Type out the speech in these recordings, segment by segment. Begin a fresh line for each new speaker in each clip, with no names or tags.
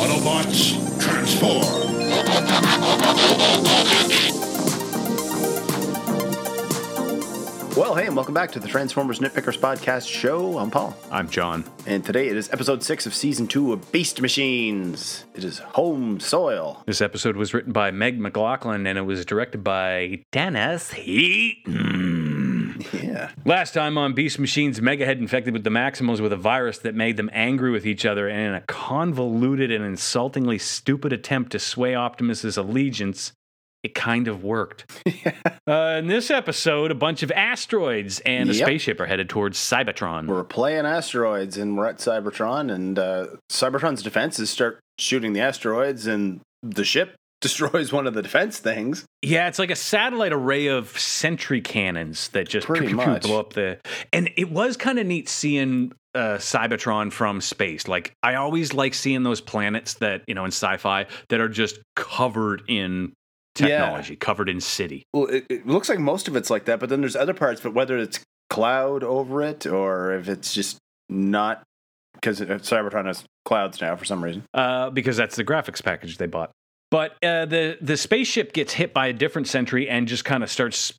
Autobots, transform!
Well, hey, and welcome back to the Transformers Nitpickers Podcast Show. I'm Paul,
I'm John.
and today it is episode six of season two of Beast Machines. It is home soil.
This episode was written by Meg McLaughlin and it was directed by Dennis Heaton.
Yeah.
Last time on Beast Machines, Mega had infected with the Maximals with a virus that made them angry with each other, and in a convoluted and insultingly stupid attempt to sway Optimus's allegiance, it kind of worked. Uh, in this episode, a bunch of asteroids and a
Yep.
spaceship are headed towards Cybertron.
We're playing asteroids and we're at Cybertron, and uh, Cybertron's defenses start shooting the asteroids, and the ship destroys one of the defense things.
Yeah, it's like a satellite array of sentry cannons that just
Pretty
pew, pew, pew,
much.
blow up the. And it was kind of neat seeing uh, Cybertron from space. Like I always like seeing those planets that you know in sci-fi that are just covered in
Yeah.
technology, covered in city.
Well, it, it looks like most of it's like that, but then there's other parts. But whether it's cloud over it or if it's just not, because Cybertron has clouds now for some reason.
uh, because that's the graphics package they bought. But uh, the the spaceship gets hit by a different sentry and just kind of starts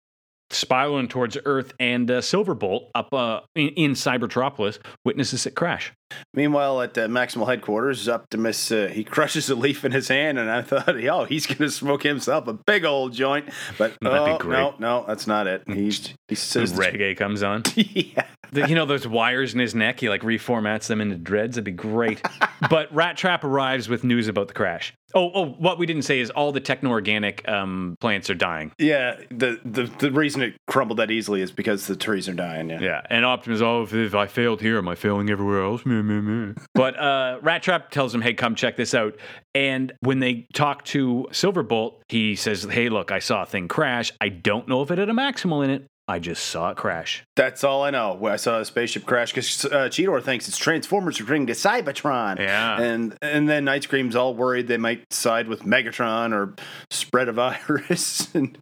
spiraling towards Earth. And uh, Silverbolt up uh, in, in Cybertropolis witnesses it crash.
Meanwhile, at the Maximal headquarters, Optimus uh, he crushes a leaf in his hand, and I thought, oh, he's gonna smoke himself a big old joint. But
That'd be
oh,
great.
no, no, that's not it. He's he
The
says,
reggae comes on.
yeah,
The- you know those wires in his neck. He like reformats them into dreads. That'd be great. but Rat Trap arrives with news about the crash. Oh, oh! What we didn't say is all the techno-organic um, plants are dying.
yeah. The, the the reason it crumbled that easily is because the trees are dying. Yeah,
Yeah, and Optimus, oh, if, if I failed here, am I failing everywhere else? Meh, meh, meh. but uh, Rat Trap tells him, hey, come check this out. And when they talk to Silverbolt, he says, hey, look, I saw a thing crash. I don't know if it had a maximal in it. I just saw it crash.
that's all I know. Well, I saw a spaceship crash because uh, Cheetor thinks it's Transformers returning to Cybertron.
Yeah.
and and then Night Scream's all worried they might side with Megatron or spread a virus. and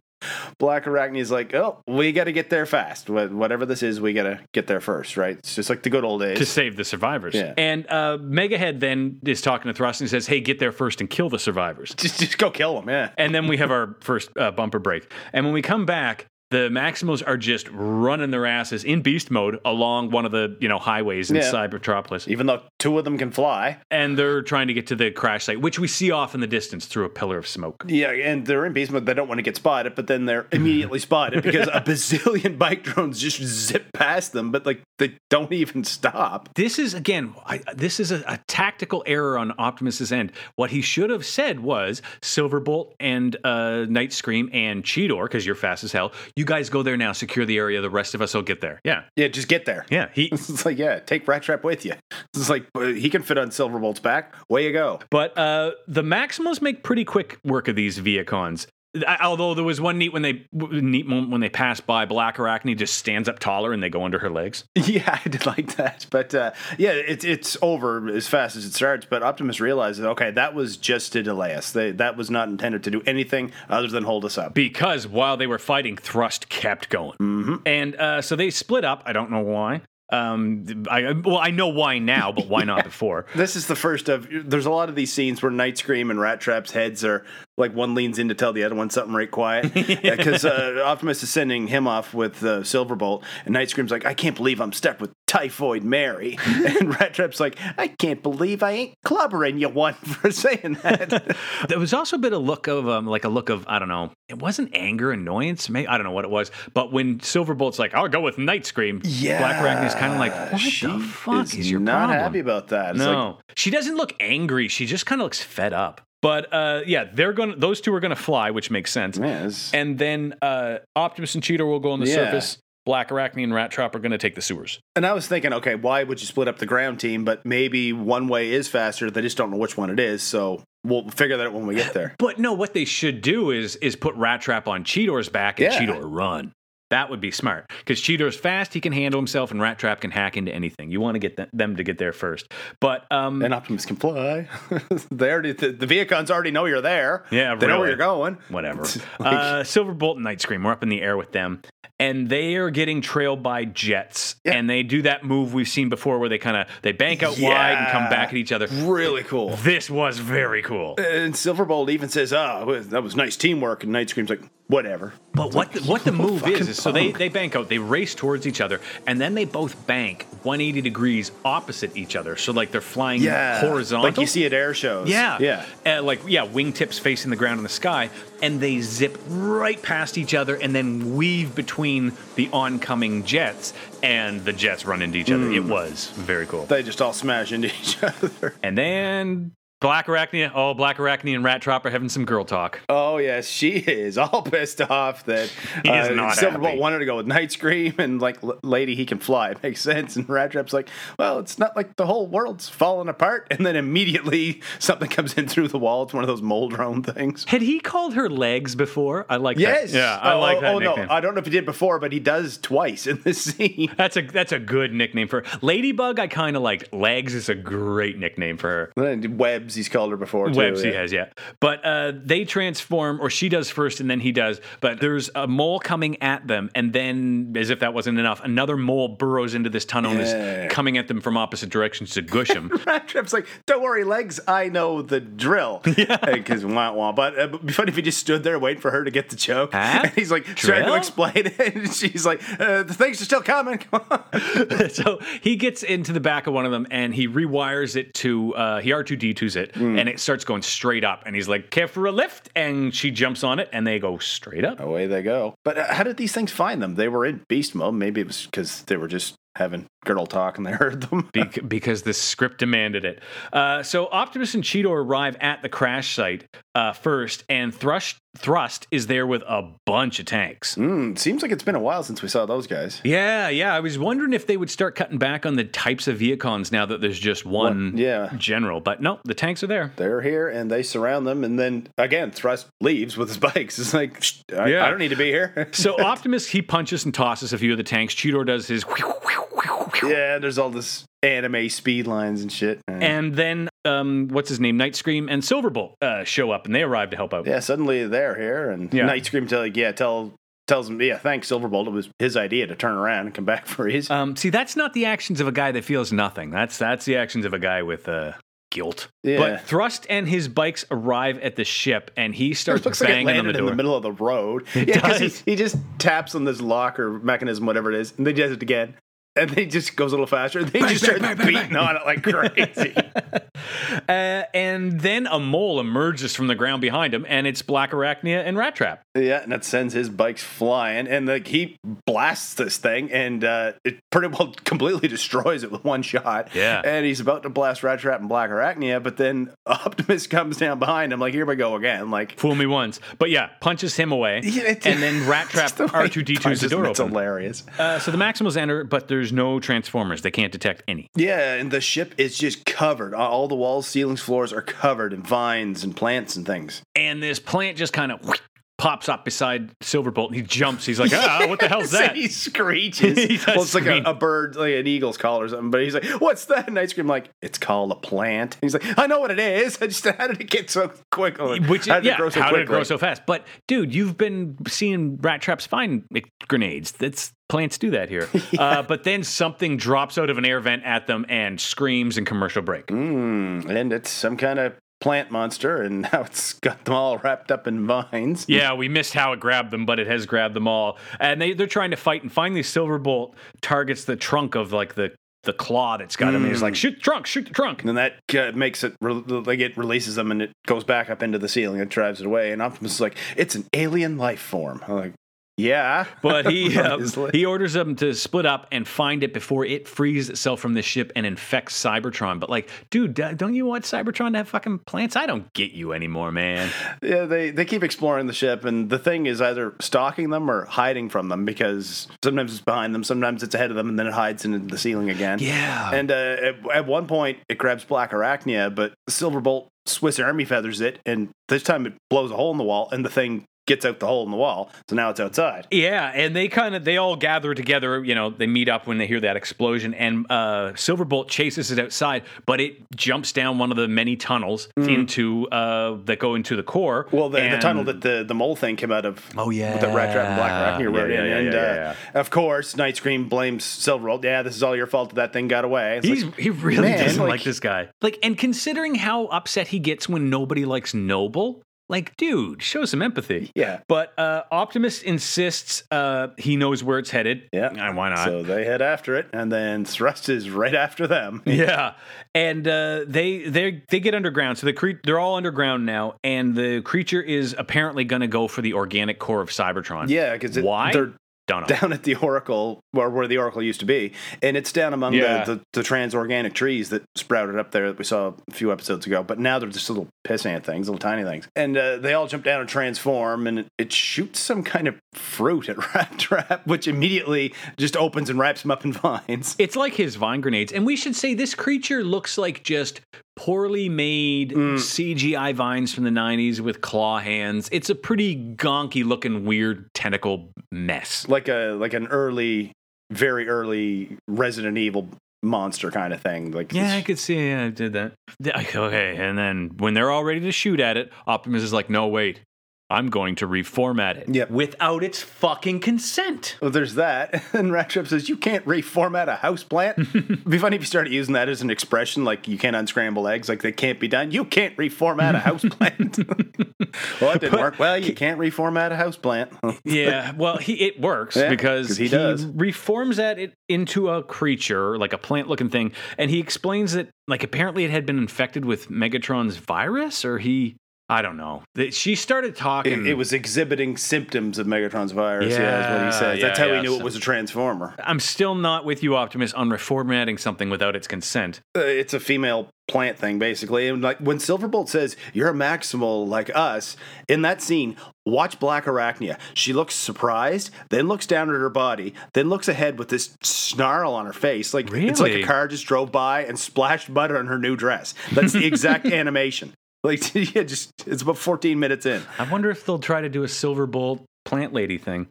Black Arachne's like, oh, we got to get there fast. Wha- Whatever this is, we got to get there first, right? It's just like the good old days.
To save the survivors.
Yeah.
And uh, Megahead then is talking to Thrust and says, hey, get there first and kill the survivors.
just, just go kill them, yeah.
And then we have our first uh, bumper break. And when we come back, the Maximals are just running their asses in beast mode along one of the you know highways in
Yeah.
Cybertropolis,
Even though two of them can fly.
and they're trying to get to the crash site, which we see off in the distance through a pillar of smoke.
Yeah, and they're in beast mode. They don't want to get spotted, but then they're immediately spotted because a bazillion bike drones just zip past them, but like they don't even stop.
This is again, I, this is a, a tactical error on Optimus's end. What he should have said was Silverbolt and uh, Night Scream and Cheetor, because you're fast as hell. You guys go there now, secure the area. The rest of us will get there. Yeah,
Yeah, just get there.
yeah. He
It's like, yeah, take Rat Trap with you. It's like, uh, he can fit on Silverbolt's back. Way you go.
But uh, the Maximals make pretty quick work of these Viacons. I- Although there was one neat when they w- neat moment when they pass by Black Arachne just stands up taller and they go under her legs.
Yeah, I did like that. But uh, yeah, it's it's over as fast as it starts. But Optimus realizes, okay, that was just to delay us. They, that was not intended to do anything other than hold us up.
Because while they were fighting, Thrust kept going,
Mm-hmm.
and uh, so they split up. I don't know why. Um, I well, I know why now, but why not before?
This is the first of. There's a lot of these scenes where Night Scream and Rat Trap's heads are like one leans in to tell the other one something right quiet because uh, Optimus is sending him off with uh, Silverbolt, and Night Scream's like, "I can't believe I'm stuck with Typhoid Mary," and Rat Trap's like, "I can't believe I ain't clubbering you one for saying that."
There was also a bit of look of um, like a look of I don't know. It wasn't anger, annoyance. Maybe I don't know what it was. But when Silverbolt's like, "I'll go with Night Scream," Black Arachne's kind of like, "What
she
the fuck is, your
not
problem?"
happy about that. It's
no, she doesn't look angry. She just kind of looks fed up. But uh, yeah, they're going. to Those two are going to fly, which makes sense.
like, man, it's-
And then uh, Optimus and Cheetah will go on the
Yeah.
surface. Black Arachne and Rat Trap are going to take the sewers.
and I was thinking, okay, why would you split up the ground team? But maybe one way is faster. They just don't know which one it is. So we'll figure that out when we get there.
But no, what they should do is is put Rat Trap on Cheetor's back and
Yeah.
Cheetor run. That would be smart because Cheetor's fast, he can handle himself, and Rat Trap can hack into anything. You want to get th- them to get there first. But um,
And Optimus can fly. they already the, the Viacons already know you're there.
Yeah,
they know where
really.
you're going.
whatever. uh, Silverbolt and Night Scream, we're up in the air with them, and they are getting trailed by jets,
Yeah.
and they do that move we've seen before where they kind of they bank out wide and come back at each other.
Really cool.
This was very cool.
And Silverbolt even says, "Ah, oh, that was nice teamwork." And Night Scream's like, "Whatever."
But what the, what the move
fucking
is is so they
punk.
they bank out, they race towards each other, and then they both bank 180 degrees opposite each other. So like they're flying
Yeah,
Mm, horizontal,
like you see at air shows.
Yeah.
yeah.
Uh, like, yeah, wingtips facing the ground in the sky, and they zip right past each other and then weave between the oncoming jets, and the jets run into each other. It
Hmm.
was very cool.
They just all smash into each other.
and then Black Arachnia, oh, Black Arachnia and Rat Trap are having some girl talk.
Oh yes, she is all pissed off that uh,
He is not
Silverbolt
happy.
wanted to go with Night Scream and like l- lady he can fly. It makes sense. And Rat Trap's like, well, it's not like the whole world's falling apart. And then immediately something comes in through the wall. It's one of those mold drone things.
Had he called her legs before? I like
Yes.
that. Yeah, I
Oh,
like that
Oh,
nickname.
no, I don't know if he did before, but he does twice in this scene.
that's a that's a good nickname for her. Ladybug. I kind of liked. Legs is a great nickname for her.
And Webbs, he's called her before. Too,
Webs he
yeah.
has, yeah. But uh, they transform, or she does first, and then he does. But there's a mole coming at them, and then, as if that wasn't enough, another mole burrows into this tunnel and
Yeah.
is coming at them from opposite directions to gush them.
Rat Trap's like, don't worry, legs, I know the drill. Because wah wah. But uh, it'd be funny if he just stood there waiting for her to get the joke.
Huh?
And he's like, trying
Drill?
to explain it. And she's like, uh, the things are still coming. Come on.
so he gets into the back of one of them, and he rewires it to uh, he R2D2s it,
Hmm.
and it starts going straight up. And he's like, "Care for a lift?" And she jumps on it, and they go straight up.
Away they go. But uh, how did these things find them? They were in beast mode. Maybe it was because they were just having girl talk and they heard them.
Bec- because the script demanded it. Uh, so Optimus and Cheeto arrive at the crash site uh, first, and Thrust Thrust is there with a bunch of tanks.
Mm, seems like it's been a while since we saw those guys.
Yeah, yeah. I was wondering if they would start cutting back on the types of Viacons now that there's just one
yeah.
general. But no, the tanks are there.
They're here and they surround them. And then again, Thrust leaves with his bikes. It's like, "Shh, I,
Yeah.
I don't need to be here.
So Optimus he punches and tosses a few of the tanks. Cheetor does his.
yeah, there's all this anime speed lines and shit. Yeah.
And then, um, what's his name? Night Scream and Silverbolt uh, show up, and they arrive to help out.
Yeah, suddenly they're here, and
Yeah.
Night Scream tell like, yeah, tell tells him, yeah, thanks, Silverbolt. It was his idea to turn around and come back for his.
Um, see, that's not the actions of a guy that feels nothing. That's that's the actions of a guy with uh, guilt.
Yeah.
But Thrust and his bikes arrive at the ship, and he starts
it looks like it
banging on the
landed in
door.
the middle of the road.
It
yeah, 'cause
does.
He, he just taps on this lock or mechanism, whatever it is, and then he does it again. And then he just goes a little faster. And then he just
bang,
starts
bang, bang,
beating on it like crazy.
uh, and then a mole emerges from the ground behind him, and it's Black Arachnia and Rat Trap.
yeah, and that sends his bikes flying. And like he blasts this thing, and uh, it pretty well completely destroys it with one shot.
Yeah.
and he's about to blast Rat Trap and Black Arachnia, but then Optimus comes down behind him, like, here we go again. Like,
Fool me once, but yeah, punches him away,
Yeah, it-
and then Rat Trap
Just the way
R two D
he
two is the
punches
door
him, It's
open.
hilarious.
Uh, so the Maximals enter, but there's no Transformers. They can't detect any.
Yeah, and the ship is just covered. All- All the walls, ceilings, floors are covered in vines and plants and things.
and this plant just kind of pops up beside Silverbolt, and he jumps. He's like, "Ah, what the hell's
So
that?"
he screeches.
He does
well, it's like a,
scream.
a bird, like an eagle's call or something. But he's like, "What's that?" And I scream like, "It's called a plant." And he's like, "I know what it is. I just how did it get so quick? Or
Which
how did
is, yeah,
it grow so
how did
quickly?"
it grow so fast? But dude, you've been seeing rat traps find grenades. That's plants do that here. uh, but then something drops out of an air vent at them and screams and commercial break.
Mm, and it's some kind of plant monster, and now it's got them all wrapped up in vines.
Yeah, we missed how it grabbed them, but it has grabbed them all. And they, they're trying to fight. And finally, Silverbolt targets the trunk of like the, the claw that's got him. And
Mm.
he's like, shoot the trunk, shoot the trunk.
And then that uh, makes it re- like it releases them, and it goes back up into the ceiling and drives it away. And Optimus is like, "It's an alien life form." I'm like, "Yeah,"
But he uh,
Obviously.
he orders them to split up and find it before it frees itself from the ship and infects Cybertron. But like, dude, d- don't you want Cybertron to have fucking plants? I don't get you anymore, man.
yeah, they they keep exploring the ship, and the thing is either stalking them or hiding from them because sometimes it's behind them, sometimes it's ahead of them, and then it hides into the ceiling again.
Yeah.
And uh, at, at one point, it grabs Black Arachnia, but Silverbolt Swiss Army feathers it, and this time it blows a hole in the wall, and the thing gets out the hole in the wall. So now it's outside.
Yeah, and they kind of they all gather together. You know, they meet up when they hear that explosion, and uh, Silverbolt chases it outside, but it jumps down one of the many tunnels into uh, that go into the core.
Mm. Well, the, the
and-
tunnel that the, the mole thing came out of.
Oh, yeah.
with the rat trap and black Arachnia
Yeah,
rode
yeah,
in,
yeah,
and
yeah,
uh,
yeah,
of course, Night Scream blames Silverbolt. Yeah, this is all your fault that that thing got away. It's
He's,
like,
he really
man,
doesn't like,
like-
this guy. Like, and considering how upset he gets when nobody likes Noble, like, dude, show some empathy.
yeah.
But uh, Optimus insists uh, he knows where it's headed.
Yeah.
Uh, why not?
So they head after it, and then Thrust is right after them.
Yeah, and uh, they they they get underground. So the cre- they're all underground now, and the creature is apparently going to go for the organic core of Cybertron.
Yeah, because
Why?
they're
don't know.
down at the Oracle, or where the Oracle used to be, and it's down among
Yeah.
the, the, the trans-organic trees that sprouted up there that we saw a few episodes ago. But now they're just little pissant things, little tiny things, and uh, they all jump down and transform, and it, it shoots some kind of fruit at Rat Trap, which immediately just opens and wraps him up in vines.
It's like his vine grenades, and we should say this creature looks like just poorly made
Mm.
CGI vines from the '90s with claw hands. It's a pretty gonky looking, weird tentacle mess.
like a like an early, very early Resident Evil monster kind of thing. Like
Yeah, I could see. Yeah, I did that. Yeah, Okay, and then when they're all ready to shoot at it, Optimus is like, "No, wait, I'm going to reformat it
Yep.
without its fucking consent."
Well, there's that. And Rat Trap says, You can't reformat a house plant. It'd be funny if you started using that as an expression, like you can't unscramble eggs, like they can't be done. You can't reformat a house plant. well, it didn't work. Well, you can't reformat a house plant.
Hmm. yeah, well, he it works
Yeah,
because
'cause he does.
reforms that it into a creature, like a plant-looking thing, and he explains that like apparently it had been infected with Megatron's virus, or he. I don't know. That- She started talking.
it, it was exhibiting symptoms of Megatron's virus. Yeah, is what
Yeah,
he says. That's
yeah,
how
yeah.
he knew it was a transformer.
I'm still not with you, Optimus, on reformatting something without its consent.
Uh, it's a female plant thing, basically. And like when Silverbolt says, You're a maximal like us, in that scene, watch Black Arachnia. She looks surprised, then looks down at her body, then looks ahead with this snarl on her face. Like it's like
Really?
a car just drove by and splashed butter on her new dress. That's the exact animation. Like yeah, just it's about 14 minutes in.
I wonder if they'll try to do a silver bolt plant lady thing.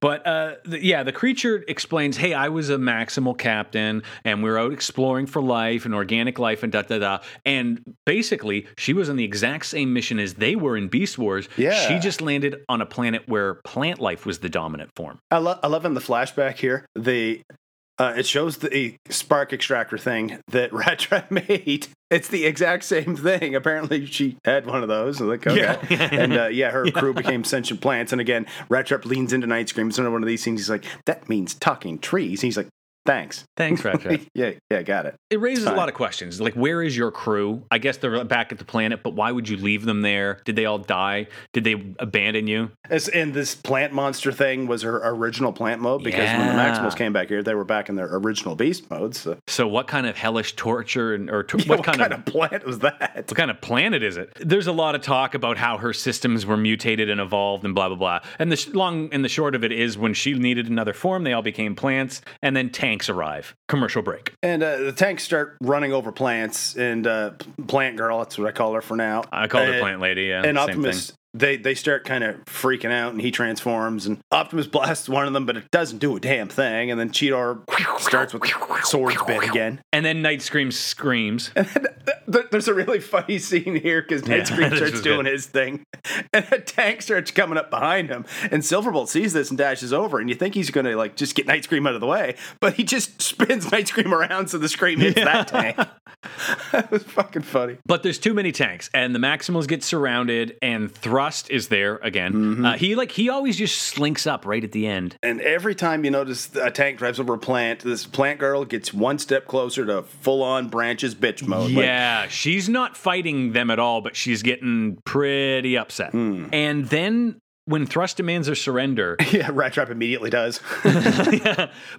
But uh, th- yeah, the creature explains, "Hey, I was a maximal captain, and we are out exploring for life and organic life, and da da da." And basically, she was on the exact same mission as they were in Beast Wars.
Yeah.
she just landed on a planet where plant life was the dominant form.
I, lo- I love in the flashback here the uh, it shows the spark extractor thing that Rat Trap made. It's the exact same thing. Apparently, she had one of those. I was Like, okay.
Yeah.
and uh, yeah, her crew became sentient plants. And again, Rat Trap leans into Night Scream. It's another one of these things. He's like, that means talking trees. And he's like, thanks.
Thanks, Ratchet.
yeah, yeah, got it.
It raises a
Fine.
lot of questions. Like, where is your crew? I guess they're back at the planet, but why would you leave them there? Did they all die? Did they abandon you?
As, and this plant monster thing was her original plant mode because when the
Yeah.
Maximals came back here, they were back in their original beast modes. So.
So, what kind of hellish torture and or tor- what, kind, of,
plant was that?
what kind of planet is it? There's a lot of talk about how her systems were mutated and evolved and blah blah blah. And the sh- long and the short of it is, when she needed another form, they all became plants, and then tanks arrive. Commercial break.
And uh, the tanks start running over plants, and uh, P- Plant Girl, that's what I call her for now.
I called her
And-
Plant Lady. Yeah,
And
same
Optimus,
thing.
they, they start kind of freaking out, and he transforms, and Optimus blasts one of them, but it doesn't do a damn thing. And then Cheetor starts with sword bit again.
And then Night Scream screams.
There- There's a really funny scene here because
Yeah,
Night Scream
this
starts
was
doing
good.
his thing, and a tank starts coming up behind him. And Silverbolt sees this and dashes over, and you think he's going to like just get Night Scream out of the way, but he just spins Night Scream around so the scream hits that tank. that was fucking funny.
But there's too many tanks, and the Maximals get surrounded, and Thrust is there again. Uh, he like he always just slinks up right at the end.
And every time you notice a tank drives over a plant, this plant girl gets one step closer to full on branches bitch mode. Like,
Yeah, she's not fighting them at all, but she's getting pretty upset.
Hmm.
And then when Thrust demands her surrender,
yeah, Rat Trap immediately does.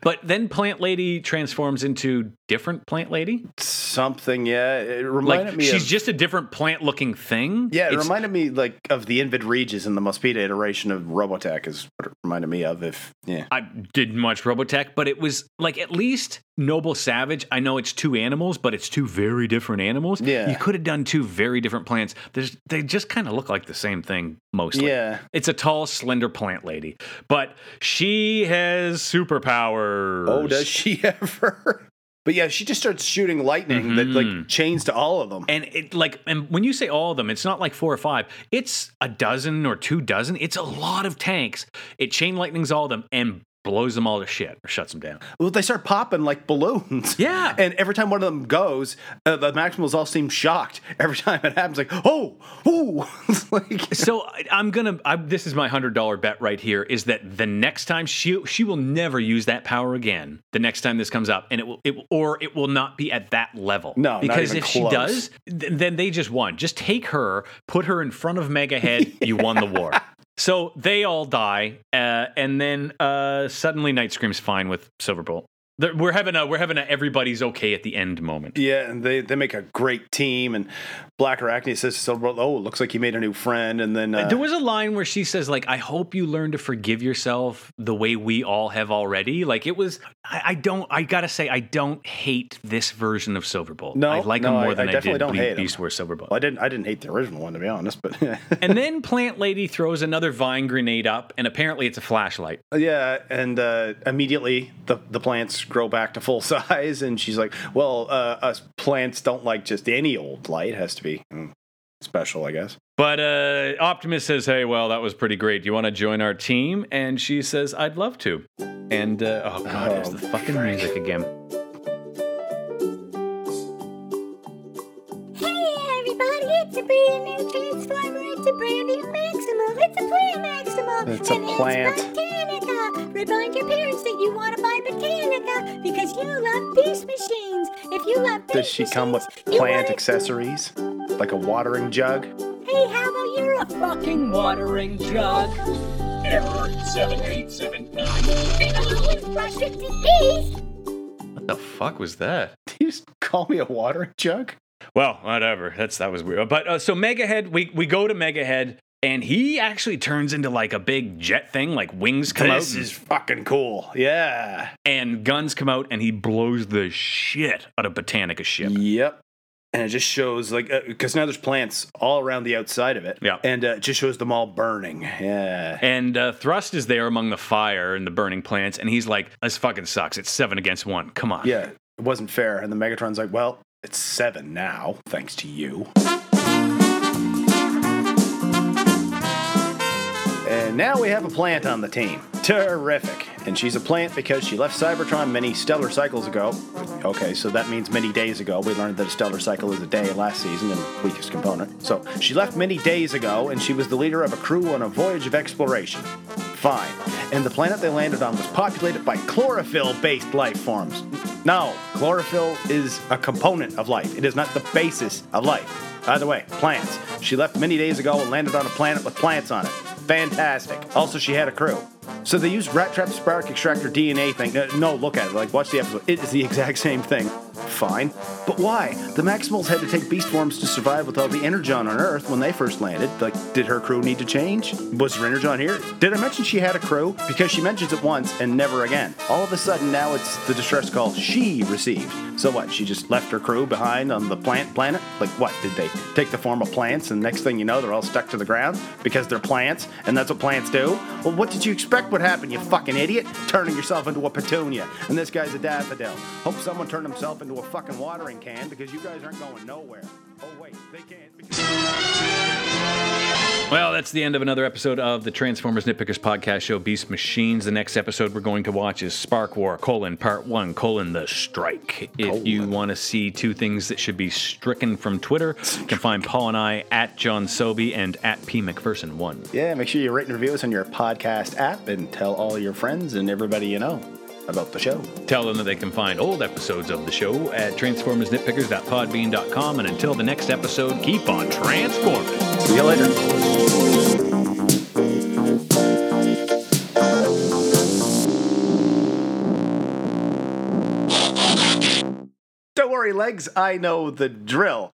but then Plant Lady transforms into different Plant Lady.
Something, yeah. It reminded
Like
me
she's
of.
just a different plant-looking thing.
Yeah, it
It's-
reminded me like of the Invid Regis in the Mospeda iteration of Robotech is what it reminded me of. If yeah,
I did much Robotech, but it was like at least Noble Savage, I know it's two animals, but it's two very different animals.
Yeah.
You could have done two very different plants. There's, they just kind of look like the same thing mostly.
Yeah.
It's a tall, slender plant lady, but she has superpowers.
Oh, does she ever? But yeah, she just starts shooting lightning that like
Mhm.
chains to all of them.
And it like, and when you say all of them, it's not like four or five. It's a dozen or two dozen. It's a lot of tanks. It chain lightnings all of them and blows them all to shit or shuts them down.
Well, they start popping like balloons.
Yeah.
And every time one of them goes, uh, the Maximals all seem shocked. Every time it happens, like, oh, oh. It's like,
so I, I'm gonna. I, this is my hundred dollar bet right here. Is that the next time she she will never use that power again. The next time this comes up, and it will it will- or it will not be at that level.
No, not
because
even
if
close.
she does, th- then they just won. Just take her, put her in front of Mega Head. You won the war. So they all die, uh, and then uh, suddenly Night Scream's fine with Silverbolt. There- We're having a we're having a everybody's okay at the end moment.
yeah, and they, they make a great team. And Black Arachne says to Silverbolt, oh, looks like you made a new friend. And then uh,
There was a line where she says, like, I hope you learn to forgive yourself the way we all have already. Like it was I, I don't I gotta say, I don't hate this version of Silverbolt.
No,
I like
no,
him
I-
more than
I
I,
definitely
did
don't
Be-
hate him.
Beast Wars Silverbolt.
well, I didn't I didn't hate the original one, to be honest, but
and then Plant Lady throws another vine grenade up, and apparently it's a flashlight.
yeah. And uh, immediately the, the plants grow back to full size. And she's like, well, uh, us plants don't like just any old light. It has to be mm, special, I guess.
But uh, Optimus says, "Hey, well, that was pretty great. Do you want to join our team?" And she says, "I'd love to." And uh, oh god, there's
Oh,
the fucking music again.
Hey everybody, it's a brand new Transformer, it's a brand new Maximal, it's a plant Maximal,
It's a
and
plant.
it's Botanica. Remind your parents that you want to buy Botanica because you love beast machines. If you love beast
Does she come with
machines, you
plant
wanna-
accessories? Like a watering jug?
Hey, how about you're a fucking watering jug?
Error 7879.
They've always worshipped this beast.
What the fuck was that?
Did you just call me a watering jug?
Well, whatever. That's that was weird. But uh, so Megahead, we we go to Megahead, and he actually turns into like a big jet thing, like wings come out
this
and-
is fucking cool. Yeah.
and guns come out, and he blows the shit out of Botanica ship.
Yep. And it just shows, like, because now there's plants all around the outside of it.
Yeah.
And uh, it just shows them all burning. Yeah.
And uh, Thrust is there among the fire and the burning plants, and he's like, "This fucking sucks. It's seven against one. Come on."
Yeah. It wasn't fair. And the Megatron's like, well, it's seven now, thanks to you. And now we have a plant on the team. Terrific. And she's a plant because she left Cybertron many stellar cycles ago. Okay, so that means many days ago. We learned that a stellar cycle is a day last season and weakest component. So she left many days ago and she was the leader of a crew on a voyage of exploration. Fine. And the planet they landed on was populated by chlorophyll based life forms. No, chlorophyll is a component of life, it is not the basis of life. Either way, plants. She left many days ago and landed on a planet with plants on it. Fantastic. Also, she had a crew. So they used Rat Trap Spark Extractor DNA thing. Uh, No, look at it. Like, watch the episode. It is the exact same thing. Fine. But why? The Maximals had to take beast forms to survive with all the Energon on Earth when they first landed. Like, did her crew need to change? Was her Energon here? Did I mention she had a crew? Because she mentions it once and never again. All of a sudden, now it's the distress call she received. So what? She just left her crew behind on the plant planet? Like, what? Did they take the form of plants and next thing you know, they're all stuck to the ground because they're plants and that's what plants do? Well, what did you expect would happen, you fucking idiot? Turning yourself into a petunia. And this guy's a daffodil. Hope someone turned himself into a fucking watering can because you guys aren't going nowhere. Oh, wait, they can't. Because-
Well, that's the end of another episode of the Transformers Nitpickers podcast show, Beast Machines. The next episode we're going to watch is Spark War, colon, part one, colon, the strike. If you want to see two things that should be stricken from Twitter, you can find Paul and I at John Sobey and at P. McPherson1.
Yeah, make sure you rate and review us on your podcast app and tell all your friends and everybody you know about the show.
Tell them that they can find old episodes of the show at transformersnitpickers.podbean.com. And until the next episode, keep on transforming.
See you later. Don't worry, legs. I know the drill.